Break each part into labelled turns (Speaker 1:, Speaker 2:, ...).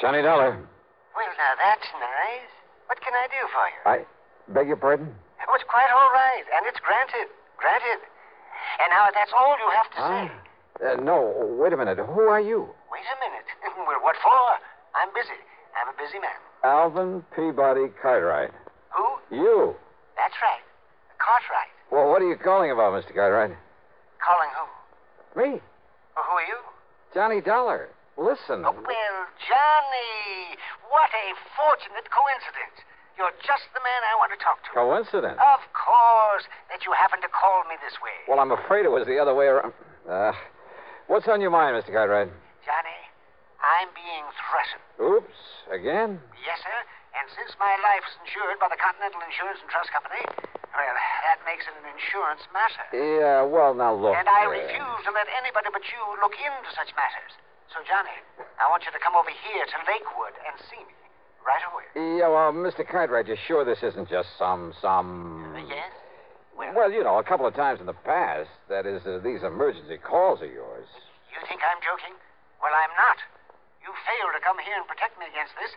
Speaker 1: Johnny Dollar.
Speaker 2: Well, now that's nice. What can I do for you?
Speaker 1: I beg your pardon?
Speaker 2: Oh, it's quite all right, and it's granted. Granted. And now that's all you have to say.
Speaker 1: Uh, no, wait a minute. Who are you?
Speaker 2: Wait a minute. well, what for? I'm busy. I'm a busy man.
Speaker 1: Alvin Peabody Cartwright.
Speaker 2: Who?
Speaker 1: You?
Speaker 2: That's right. Cartwright.
Speaker 1: Well, what are you calling about, Mr. Cartwright?
Speaker 2: Calling who?
Speaker 1: Me?
Speaker 2: Well, who are you?
Speaker 1: Johnny Dollar. Listen.
Speaker 2: Oh, well, Johnny, what a fortunate coincidence. You're just the man I want to talk to.
Speaker 1: Coincidence.
Speaker 2: Of course that you happen to call me this way.
Speaker 1: Well, I'm afraid it was the other way around. Uh, what's on your mind, Mr. Cartwright?
Speaker 2: Johnny, I'm being threatened.
Speaker 1: Oops, again?
Speaker 2: Yes, sir. And since my life's insured by the Continental Insurance and Trust Company, well, that makes it an insurance matter.
Speaker 1: Yeah, well, now look.
Speaker 2: And I
Speaker 1: uh,
Speaker 2: refuse to let anybody but you look into such matters. So, Johnny, I want you to come over here to Lakewood and see me right away.
Speaker 1: Yeah, well, Mr. Cartwright, you're sure this isn't just some, some.
Speaker 2: Yes? Well,
Speaker 1: Well, you know, a couple of times in the past, that is, uh, these emergency calls of yours.
Speaker 2: you think I'm joking? Well, I'm not. You fail to come here and protect me against this,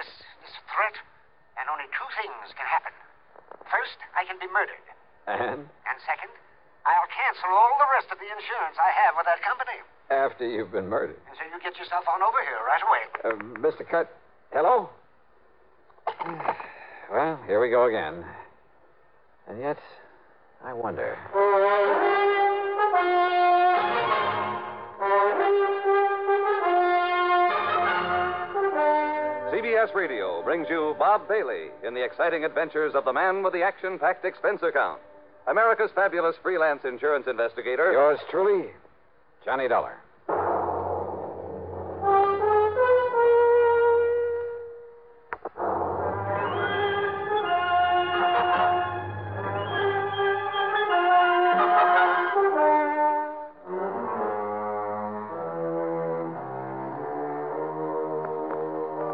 Speaker 2: this, this threat, and only two things can happen. First, I can be murdered,
Speaker 1: And
Speaker 2: and second, I'll cancel all the rest of the insurance I have with that company.
Speaker 1: after you've been murdered.
Speaker 2: And so you get yourself on over here right away.
Speaker 1: Uh, Mr. Cart. Hello? well, here we go again. And yet, I wonder.
Speaker 3: CBS Radio brings you Bob Bailey in the exciting adventures of the man with the action packed expense account. America's fabulous freelance insurance investigator.
Speaker 1: Yours truly, Johnny Dollar.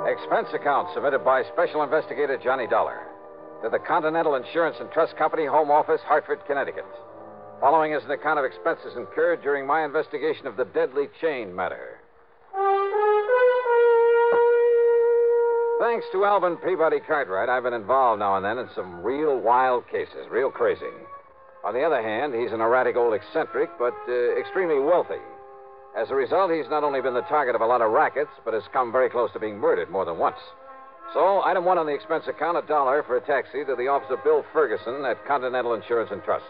Speaker 1: Expense account submitted by Special Investigator Johnny Dollar to the Continental Insurance and Trust Company Home Office, Hartford, Connecticut. Following is an account of expenses incurred during my investigation of the deadly chain matter. Thanks to Alvin Peabody Cartwright, I've been involved now and then in some real wild cases, real crazy. On the other hand, he's an erratic old eccentric, but uh, extremely wealthy. As a result, he's not only been the target of a lot of rackets, but has come very close to being murdered more than once. So, item one on the expense account a dollar for a taxi to the office of Bill Ferguson at Continental Insurance and Trust.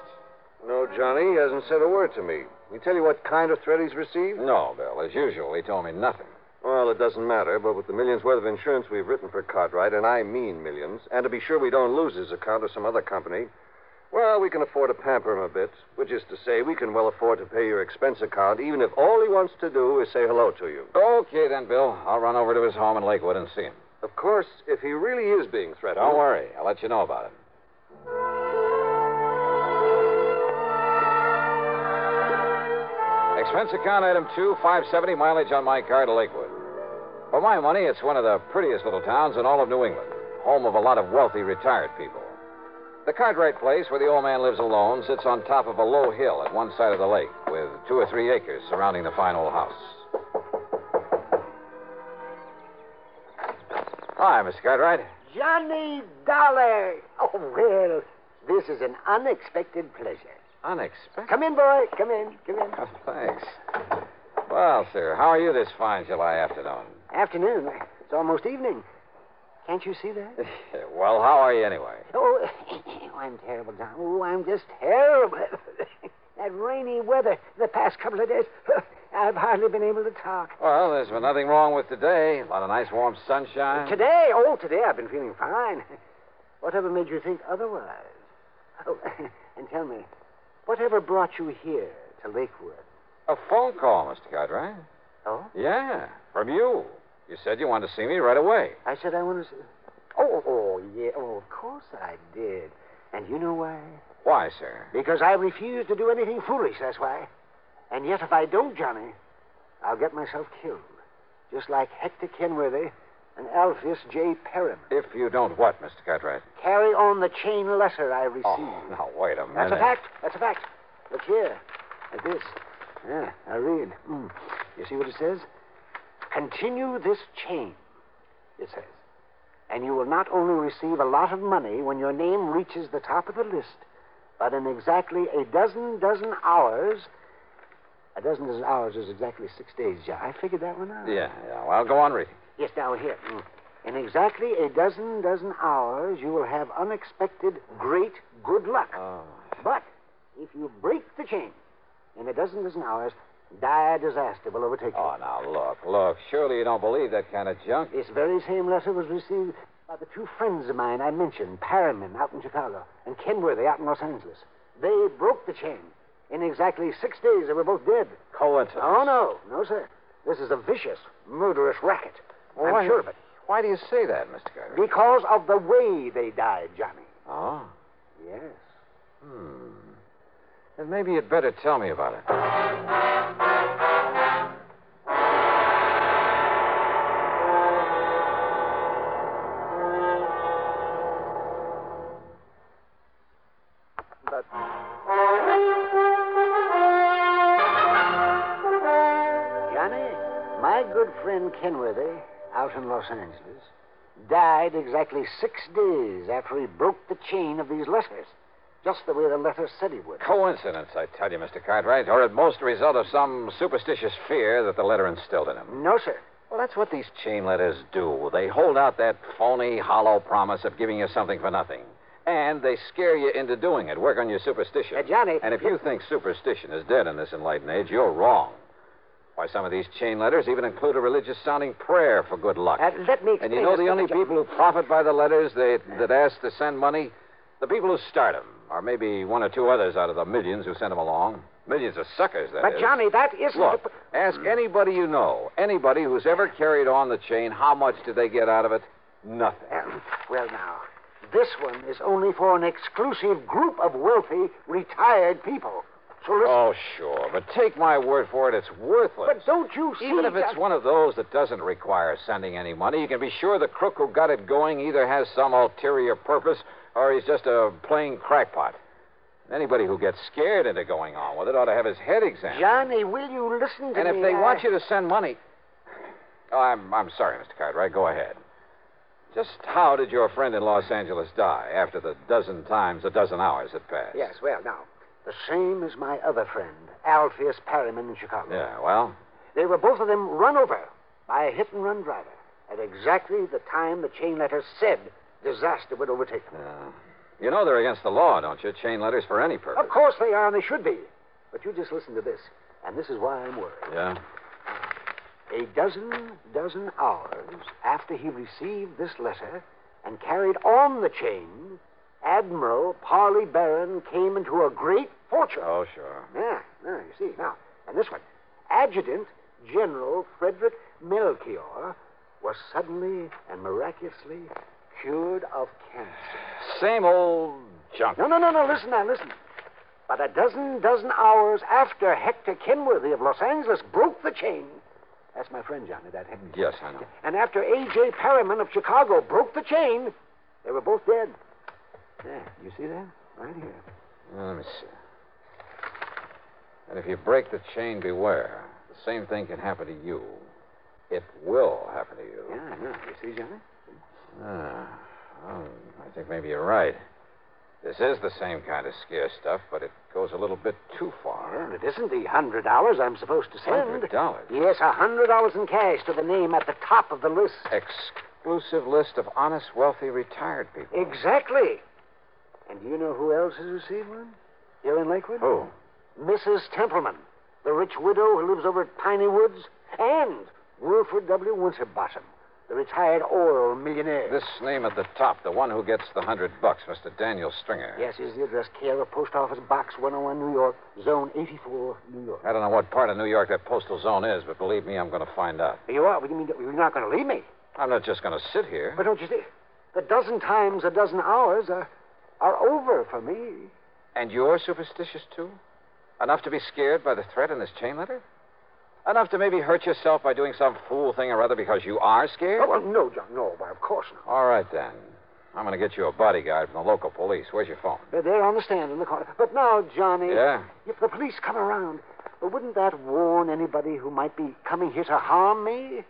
Speaker 4: No, Johnny, he hasn't said a word to me. He tell you what kind of threat he's received?
Speaker 1: No, Bill. As usual, he told me nothing.
Speaker 4: Well, it doesn't matter, but with the millions worth of insurance we've written for Cartwright, and I mean millions, and to be sure we don't lose his account to some other company, well, we can afford to pamper him a bit, which is to say, we can well afford to pay your expense account, even if all he wants to do is say hello to you.
Speaker 1: Okay, then, Bill. I'll run over to his home in Lakewood and see him.
Speaker 4: Of course, if he really is being threatened.
Speaker 1: Don't worry. I'll let you know about it. Expense account item two, 570 mileage on my car to Lakewood. For my money, it's one of the prettiest little towns in all of New England, home of a lot of wealthy retired people. The Cartwright place, where the old man lives alone, sits on top of a low hill at one side of the lake, with two or three acres surrounding the fine old house. Hi, Mr. Cartwright.
Speaker 5: Johnny Dollar. Oh, well, this is an unexpected pleasure.
Speaker 1: Unexpected.
Speaker 5: Come in, boy. Come in. Come in.
Speaker 1: Oh, thanks. Well, sir, how are you this fine July afternoon?
Speaker 5: Afternoon. It's almost evening. Can't you see that?
Speaker 1: well, how are you anyway?
Speaker 5: Oh, I'm terrible, John. Oh, I'm just terrible. that rainy weather the past couple of days, I've hardly been able to talk.
Speaker 1: Well, there's been nothing wrong with today. A lot of nice warm sunshine.
Speaker 5: Today, oh, today I've been feeling fine. Whatever made you think otherwise? Oh, and tell me, whatever brought you here to Lakewood?
Speaker 1: A phone call, Mr. Cartwright.
Speaker 5: Oh?
Speaker 1: Yeah, from you. You said you wanted to see me right away.
Speaker 5: I said I wanted to. s- Oh, oh, yeah. Oh, of course I did. And you know why?
Speaker 1: Why, sir?
Speaker 5: Because I refuse to do anything foolish, that's why. And yet, if I don't, Johnny, I'll get myself killed. Just like Hector Kenworthy and Alpheus J. Perriman.
Speaker 1: If you don't what, Mr. Cartwright?
Speaker 5: Carry on the chain letter I received.
Speaker 1: Oh, now, wait a minute.
Speaker 5: That's a fact. That's a fact. Look here. At this. Yeah, I read. Mm. You see what it says? Continue this chain. it says. And you will not only receive a lot of money when your name reaches the top of the list, but in exactly a dozen dozen hours. A dozen dozen hours is exactly six days, John. I figured that one out.
Speaker 1: Yeah, yeah. Well, go on reading.
Speaker 5: Yes, down here. Mm. In exactly a dozen dozen hours, you will have unexpected great good luck.
Speaker 1: Oh.
Speaker 5: But if you break the chain, in a dozen dozen hours, dire disaster will overtake you.
Speaker 1: Oh, now look, look. Surely you don't believe that kind of junk.
Speaker 5: This very same letter was received by the two friends of mine I mentioned, Perriman out in Chicago and Kenworthy out in Los Angeles. They broke the chain. In exactly six days, they were both dead.
Speaker 1: Coincidence.
Speaker 5: Oh, no. No, sir. This is a vicious, murderous racket. I'm
Speaker 1: why,
Speaker 5: sure of it.
Speaker 1: Why do you say that, Mr. Carter?
Speaker 5: Because of the way they died, Johnny.
Speaker 1: Oh.
Speaker 5: Yes.
Speaker 1: Hmm. Then maybe you'd better tell me about it.
Speaker 5: Johnny, my good friend Kenworthy, out in Los Angeles, died exactly six days after he broke the chain of these letters, just the way the letter said he would.
Speaker 1: Coincidence, I tell you, Mr. Cartwright, or at most a result of some superstitious fear that the letter instilled in him.
Speaker 5: No, sir.
Speaker 1: Well, that's what these chain letters do. They hold out that phony, hollow promise of giving you something for nothing. And they scare you into doing it, work on your superstition.
Speaker 5: Uh, Johnny.
Speaker 1: And if you think superstition is dead in this enlightened age, you're wrong. Why, some of these chain letters even include a religious sounding prayer for good luck.
Speaker 5: Uh, let me explain
Speaker 1: and you know
Speaker 5: this,
Speaker 1: the only
Speaker 5: Dr. John-
Speaker 1: people who profit by the letters they, that ask to send money? The people who start 'em, or maybe one or two others out of the millions who send 'em along. Millions of suckers, that
Speaker 5: But,
Speaker 1: is.
Speaker 5: Johnny, that isn't.
Speaker 1: Look, ask anybody you know, anybody who's ever carried on the chain, how much did they get out of it? Nothing.
Speaker 5: Um, well, now, this one is only for an exclusive group of wealthy, retired people. So listen.
Speaker 1: Oh, sure, but take my word for it, it's worthless.
Speaker 5: but don't you see?
Speaker 1: Even if it's
Speaker 5: Johnny-
Speaker 1: one of those that doesn't require sending any money, you can be sure the crook who got it going either has some ulterior purpose or he's just a plain crackpot. Anybody who gets scared into going on with it ought to have his head examined.
Speaker 5: Johnny, will you listen to
Speaker 1: and
Speaker 5: me?
Speaker 1: if they
Speaker 5: I-
Speaker 1: want you to send money. Oh, I'm, I'm sorry, Mr. Cartwright. Go ahead. Just how did your friend in Los Angeles die after the dozen times, a dozen hours had passed?
Speaker 5: Yes, well, now, the same as my other friend, Alpheus Perryman in Chicago.
Speaker 1: Yeah, well,
Speaker 5: They were both of them run over by a hit and run driver at exactly the time the chain letter said disaster would overtake them.
Speaker 1: uh, you know they're against the law, don't you? Chain letters for any purpose.
Speaker 5: Of course they are, and they should be. But you just listen to this, and this is why I'm worried.
Speaker 1: Yeah?
Speaker 5: A dozen, dozen hours after he received this letter and carried on the chain, Admiral Parley Barron came into a great fortune.
Speaker 1: Oh, sure.
Speaker 5: Yeah, yeah, you see. Now, and this one. Adjutant General Frederick Melchior was suddenly and miraculously cured of cancer.
Speaker 1: Same old junk.
Speaker 5: No, no, no, no. Listen now, listen. But a dozen, dozen hours after Hector Kenworthy of Los Angeles broke the chain. That's my friend, Johnny, that Hector.
Speaker 1: Yes, I know.
Speaker 5: And after A.J. Perriman of Chicago broke the chain, they were both dead. Yeah, you see that? Right here.
Speaker 1: Uh, Let me see. And if you break the chain, beware. The same thing can happen to you. It will happen to you.
Speaker 5: Yeah, yeah. You see, Johnny?
Speaker 1: Ah, well, I think maybe you're right. This is the same kind of scare stuff, but it goes a little bit too
Speaker 5: And
Speaker 1: far.
Speaker 5: it isn't the hundred dollars I'm supposed to send.
Speaker 1: Hundred dollars.
Speaker 5: Yes, a hundred dollars in cash to the name at the top of the list.
Speaker 1: Exclusive list of honest, wealthy, retired people.
Speaker 5: Exactly. And do you know who else has received one? Here in Lakewood?
Speaker 1: Who?
Speaker 5: Mrs. Templeman, the rich widow who lives over at Piney Woods, and Wilfred W. Winterbottom, the retired oil millionaire.
Speaker 1: This name at the top, the one who gets the hundred bucks, Mr. Daniel Stringer.
Speaker 5: Yes, is the address care of Post Office Box 101, New York, Zone 84, New York.
Speaker 1: I don't know what part of New York that postal zone is, but believe me, I'm going to find out.
Speaker 5: You are? What do you mean? You're not going to leave me?
Speaker 1: I'm not just going to sit here.
Speaker 5: But don't you see? The dozen times a dozen hours are, are over for me.
Speaker 1: And you're superstitious, too? Enough to be scared by the threat in this chain letter? Enough to maybe hurt yourself by doing some fool thing or other because you are scared?
Speaker 5: Oh, well, no, John. No, why, of course not.
Speaker 1: All right, then. I'm going to get you a bodyguard from the local police. Where's your phone?
Speaker 5: They're there on the stand in the corner. But now, Johnny,
Speaker 1: Yeah?
Speaker 5: if the police come around, well, wouldn't that warn anybody who might be coming here to harm me?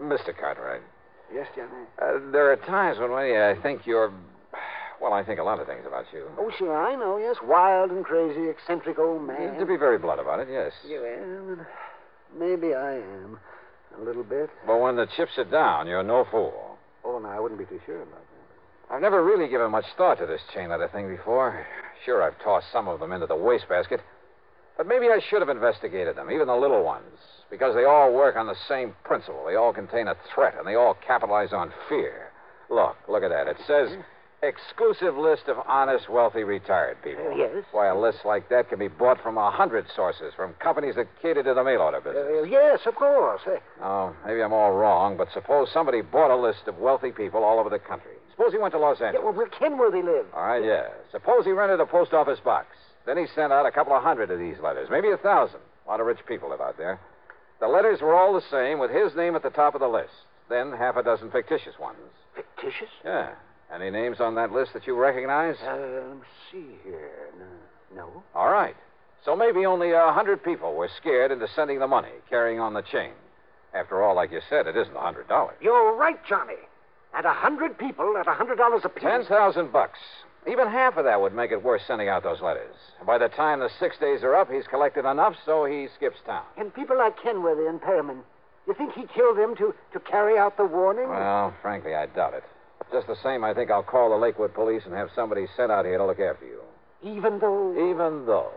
Speaker 1: Mr. Cartwright,
Speaker 5: Yes, Johnny.
Speaker 1: uh, there are times when I I think you're. Well, I think a lot of things about you.
Speaker 5: Oh, sure, I know, yes. Wild and crazy, eccentric old Oh, man.
Speaker 1: To be very blunt about it, yes.
Speaker 5: You am. Maybe I am. A little bit.
Speaker 1: But when the chips are down, you're no fool.
Speaker 5: Oh, no, I wouldn't be too sure about that.
Speaker 1: I've never really given much thought to this chain letter thing before. Sure, I've tossed some of them into the wastebasket. But maybe I should have investigated them, even the little ones, because they all work on the same principle. They all contain a threat, and they all capitalize on fear. Look, look at that. It says exclusive list of honest, wealthy, retired people.
Speaker 5: yes.
Speaker 1: Why, a list like that can be bought from a hundred sources, from companies that cater to the mail order business.
Speaker 5: Uh, yes, of course. Uh,
Speaker 1: Oh, maybe I'm all wrong, but suppose somebody bought a list of wealthy people all over the country. Suppose he went to Los
Speaker 5: yeah,
Speaker 1: Angeles.
Speaker 5: well, where Kenworthy lived.
Speaker 1: All right, yeah. Suppose he rented a post office box. Then he sent out a couple of hundred of these letters, maybe a thousand. A lot of rich people live out there. The letters were all the same, with his name at the top of the list. Then half a dozen fictitious ones.
Speaker 5: Fictitious?
Speaker 1: Yeah. Any names on that list that you recognize?
Speaker 5: Uh, let me see here. No. no.
Speaker 1: All right. So maybe only a hundred people were scared into sending the money, carrying on the chain. After all, like you said, it isn't a hundred dollars.
Speaker 5: You're right, Johnny. And a hundred people at a hundred dollars apiece.
Speaker 1: Ten thousand bucks. Even half of that would make it worth sending out those letters. By the time the six days are up, he's collected enough, so he skips town.
Speaker 5: And people like Kenworthy and Perriman. You think he killed them to, to carry out the warning?
Speaker 1: Well, frankly, I doubt it. Just the same, I think I'll call the Lakewood police and have somebody sent out here to look after you.
Speaker 5: Even though.
Speaker 1: Even though.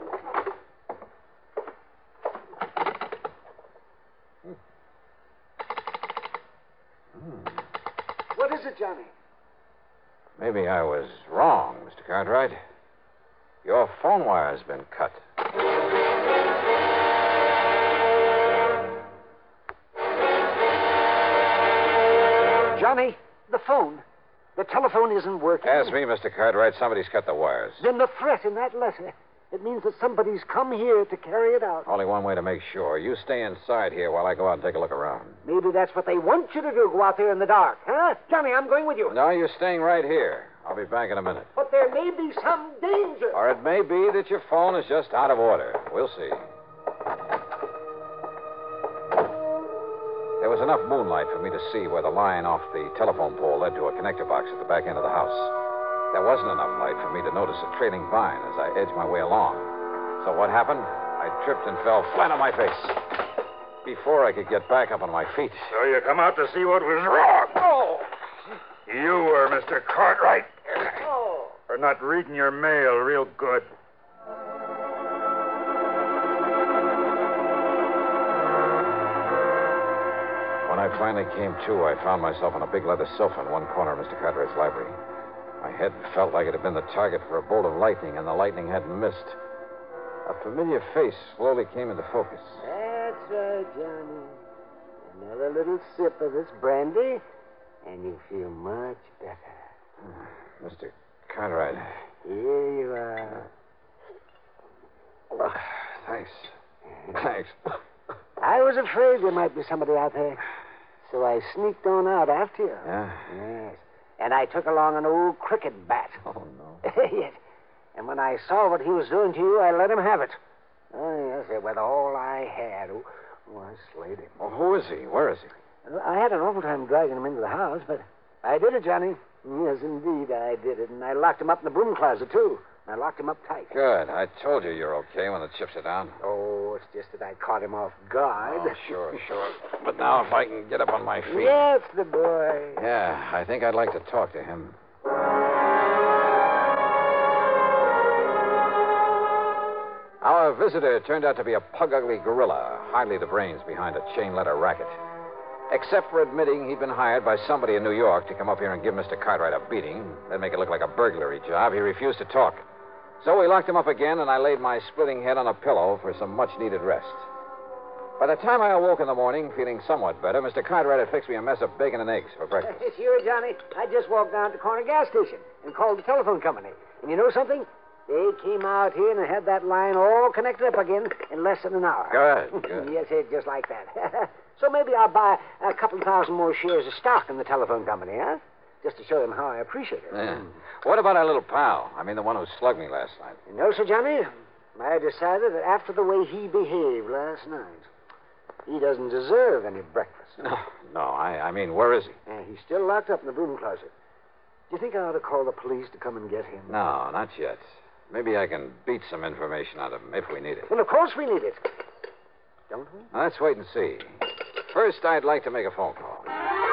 Speaker 5: What is it, Johnny?
Speaker 1: Maybe I was wrong, Mr. Cartwright. Your phone wire's been cut.
Speaker 5: Johnny, the phone. The telephone isn't working.
Speaker 1: Ask me, Mr. Cartwright. Somebody's cut the wires.
Speaker 5: Then the threat in that letter. It means that somebody's come here to carry it out.
Speaker 1: Only one way to make sure. You stay inside here while I go out and take a look around.
Speaker 5: Maybe that's what they want you to do, go out there in the dark. Huh? Johnny, I'm going with you.
Speaker 1: No, you're staying right here. I'll be back in a minute.
Speaker 5: But there may be some danger.
Speaker 1: Or it may be that your phone is just out of order. We'll see. There was enough moonlight for me to see where the line off the telephone pole led to a connector box at the back end of the house. There wasn't enough light for me to notice a trailing vine as I edged my way along. So what happened? I tripped and fell flat on my face. Before I could get back up on my feet.
Speaker 6: So you come out to see what was wrong.
Speaker 1: Oh!
Speaker 6: You were Mr. Cartwright
Speaker 5: Oh.
Speaker 6: for not reading your mail real good.
Speaker 1: When I finally came to, I found myself on a big leather sofa in one corner of Mr. Cartwright's library. My head felt like it had been the target for a bolt of lightning, and the lightning hadn't missed. A familiar face slowly came into focus.
Speaker 5: That's right, Johnny. Another little sip of this brandy, and you feel much better.
Speaker 1: Mr. Cartwright.
Speaker 5: Here you are.
Speaker 1: Ah, thanks. Thanks.
Speaker 5: I was afraid there might be somebody out there, so I sneaked on out after you.
Speaker 1: Yeah?
Speaker 5: Yes. And I took along an old cricket bat.
Speaker 1: Oh, no.
Speaker 5: yes. And when I saw what he was doing to you, I let him have it. Oh, yes, it was all I had. Oh, oh, I slayed him.
Speaker 1: Well, who is he? Where is he?
Speaker 5: I had an awful time dragging him into the house, but I did it, Johnny. Yes, indeed, I did it. And I locked him up in the broom closet, too. And I locked him up tight.
Speaker 1: Good. I told you you're okay when the chips are down.
Speaker 5: Oh, it's just that I caught him off guard.
Speaker 1: Oh, sure, sure. But now if I can get up on my feet.
Speaker 5: Yes, the boy.
Speaker 1: Yeah, I think I'd like to talk to him. Our visitor turned out to be a pug ugly gorilla, hardly the brains behind a chain letter racket. Except for admitting he'd been hired by somebody in New York to come up here and give Mr. Cartwright a beating, then make it look like a burglary job, he refused to talk. So we locked him up again, and I laid my splitting head on a pillow for some much needed rest. By the time I awoke in the morning, feeling somewhat better, Mr. Cartwright had fixed me a mess of bacon and eggs for breakfast.
Speaker 5: It's you, Johnny. I just walked down to the corner gas station and called the telephone company. And you know something? They came out here and had that line all connected up again in less than an hour.
Speaker 1: Good, good.
Speaker 5: yes, it just like that. so maybe I'll buy a couple thousand more shares of stock in the telephone company, huh? Just to show them how I appreciate it.
Speaker 1: Yeah. What about our little pal? I mean, the one who slugged me last night.
Speaker 5: No, Sir Johnny. I decided that after the way he behaved last night, He doesn't deserve any breakfast.
Speaker 1: No, no, I, I mean, where is he?
Speaker 5: And he's still locked up in the broom closet. Do you think I ought to call the police to come and get him?
Speaker 1: No, not yet. Maybe I can beat some information out of him if we need it.
Speaker 5: Well, of course we need it. Don't we?
Speaker 1: Now, let's wait and see. First, I'd like to make a phone call.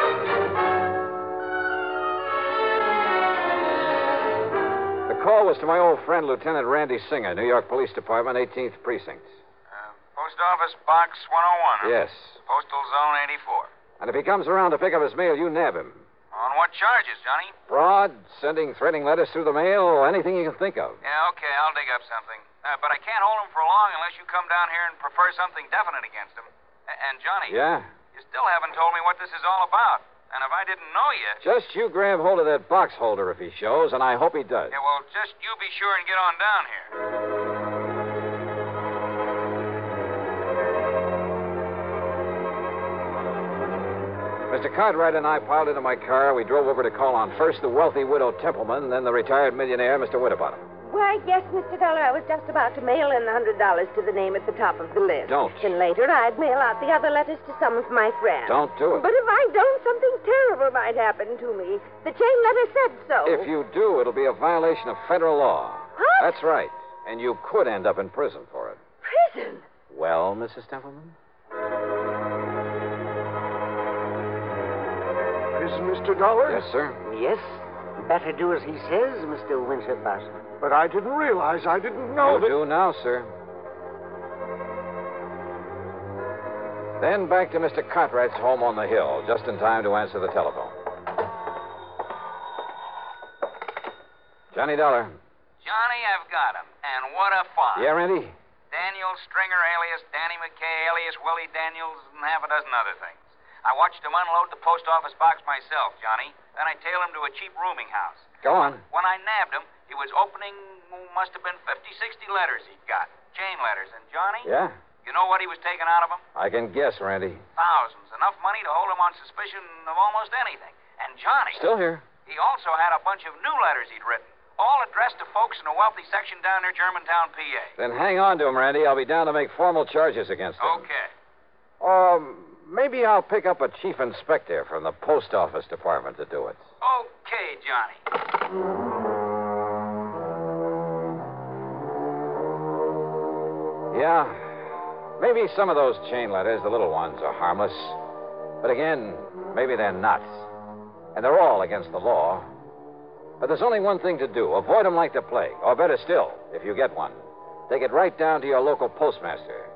Speaker 1: The call was to my old friend, Lieutenant Randy Singer, New York Police Department, 18th Precinct.
Speaker 7: Uh, Post Office Box 101. huh?
Speaker 1: Yes.
Speaker 7: Postal Zone 84.
Speaker 1: And if he comes around to pick up his mail, you nab him.
Speaker 7: On what charges, Johnny?
Speaker 1: Fraud, sending threatening letters through the mail, anything you can think of.
Speaker 7: Yeah, okay, I'll dig up something. Uh, but I can't hold him for long unless you come down here and prefer something definite against him. A- and, Johnny,
Speaker 1: Yeah?
Speaker 7: you still haven't told me what this is all about. And if I didn't know you.
Speaker 1: Just you grab hold of that box holder if he shows, and I hope he does.
Speaker 7: Yeah, well, just you be sure and get on down here.
Speaker 1: Mr. Cartwright and I piled into my car. We drove over to call on first the wealthy widow Templeman, then the retired millionaire, Mr. Winterbottom.
Speaker 8: Why, yes, Mr. Dollar, I was just about to mail in the hundred dollars to the name at the top of the list.
Speaker 1: Don't.
Speaker 8: And later I'd mail out the other letters to some of my friends.
Speaker 1: Don't do it.
Speaker 8: But if I don't, something terrible might happen to me. The chain letter said so.
Speaker 1: If you do, it'll be a violation of federal law.
Speaker 8: What?
Speaker 1: That's right. And you could end up in prison for it.
Speaker 8: Prison?
Speaker 1: Well, Mrs. Templeman?
Speaker 5: Prison, Mr. Dollar?
Speaker 1: Yes, sir.
Speaker 5: Yes. Better do as he says, Mr. Winterbottom.
Speaker 6: But I didn't realize. I didn't
Speaker 1: you do now, sir. Then back to Mr. Cartwright's home on the hill, just in time to answer the telephone. Johnny Dollar.
Speaker 7: Johnny, I've got him. And what a find.
Speaker 1: Yeah, Randy?
Speaker 7: Daniel Stringer, alias Danny McKay, alias Willie Daniels, and half a dozen other things. I watched him unload the post office box myself, Johnny. Then I tailed him to a cheap rooming house.
Speaker 1: Go on.
Speaker 7: When I nabbed him, he was opening, oh, must have been 50, 60 letters he'd got. Chain letters. And, Johnny,
Speaker 1: Yeah?
Speaker 7: you know what he was taking out of them?
Speaker 1: I can guess, Randy.
Speaker 7: Thousands. Enough money to hold him on suspicion of almost anything. And, Johnny,
Speaker 1: Still here.
Speaker 7: he also had a bunch of new letters he'd written, all addressed to folks in a wealthy section down near Germantown, PA.
Speaker 1: Then hang on to him, Randy. I'll be down to make formal charges against him.
Speaker 7: Okay.
Speaker 1: Um, maybe I'll pick up a chief inspector from the post office department to do it.
Speaker 7: Okay, Johnny.
Speaker 1: Yeah. Maybe some of those chain letters, the little ones, are harmless. But again, maybe they're not. And they're all against the law. But there's only one thing to do avoid them like the plague. Or better still, if you get one, take it right down to your local postmaster.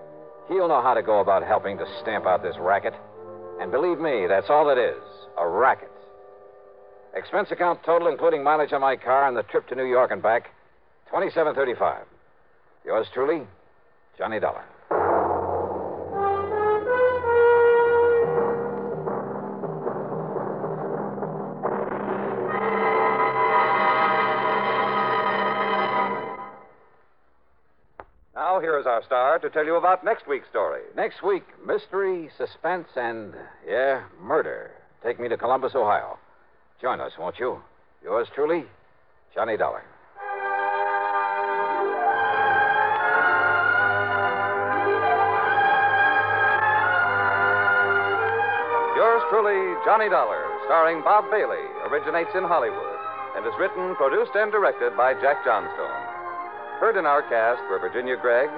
Speaker 1: He'll know how to go about helping to stamp out this racket. And believe me, that's all it is a racket. Expense account total, including mileage on my car and the trip to New York and back, 2735 Yours truly, Johnny Dollar.
Speaker 3: Now, here is our star to tell you about next week's story.
Speaker 1: Next week, mystery, suspense, and, yeah, murder. Take me to Columbus, Ohio. Join us, won't you? Yours truly, Johnny Dollar.
Speaker 3: Yours truly, Johnny Dollar, starring Bob Bailey, originates in Hollywood and is written, produced, and directed by Jack Johnstone. Heard in our cast were Virginia Gregg,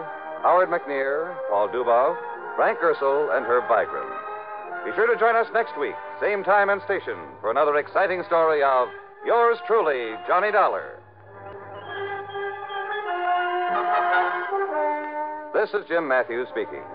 Speaker 3: Howard McNear, Paul Dubov, Frank Ursel, and Herb Vigran. Be sure to join us next week, same time and station, for another exciting story of Yours truly, Johnny Dollar. This is Jim Matthews speaking.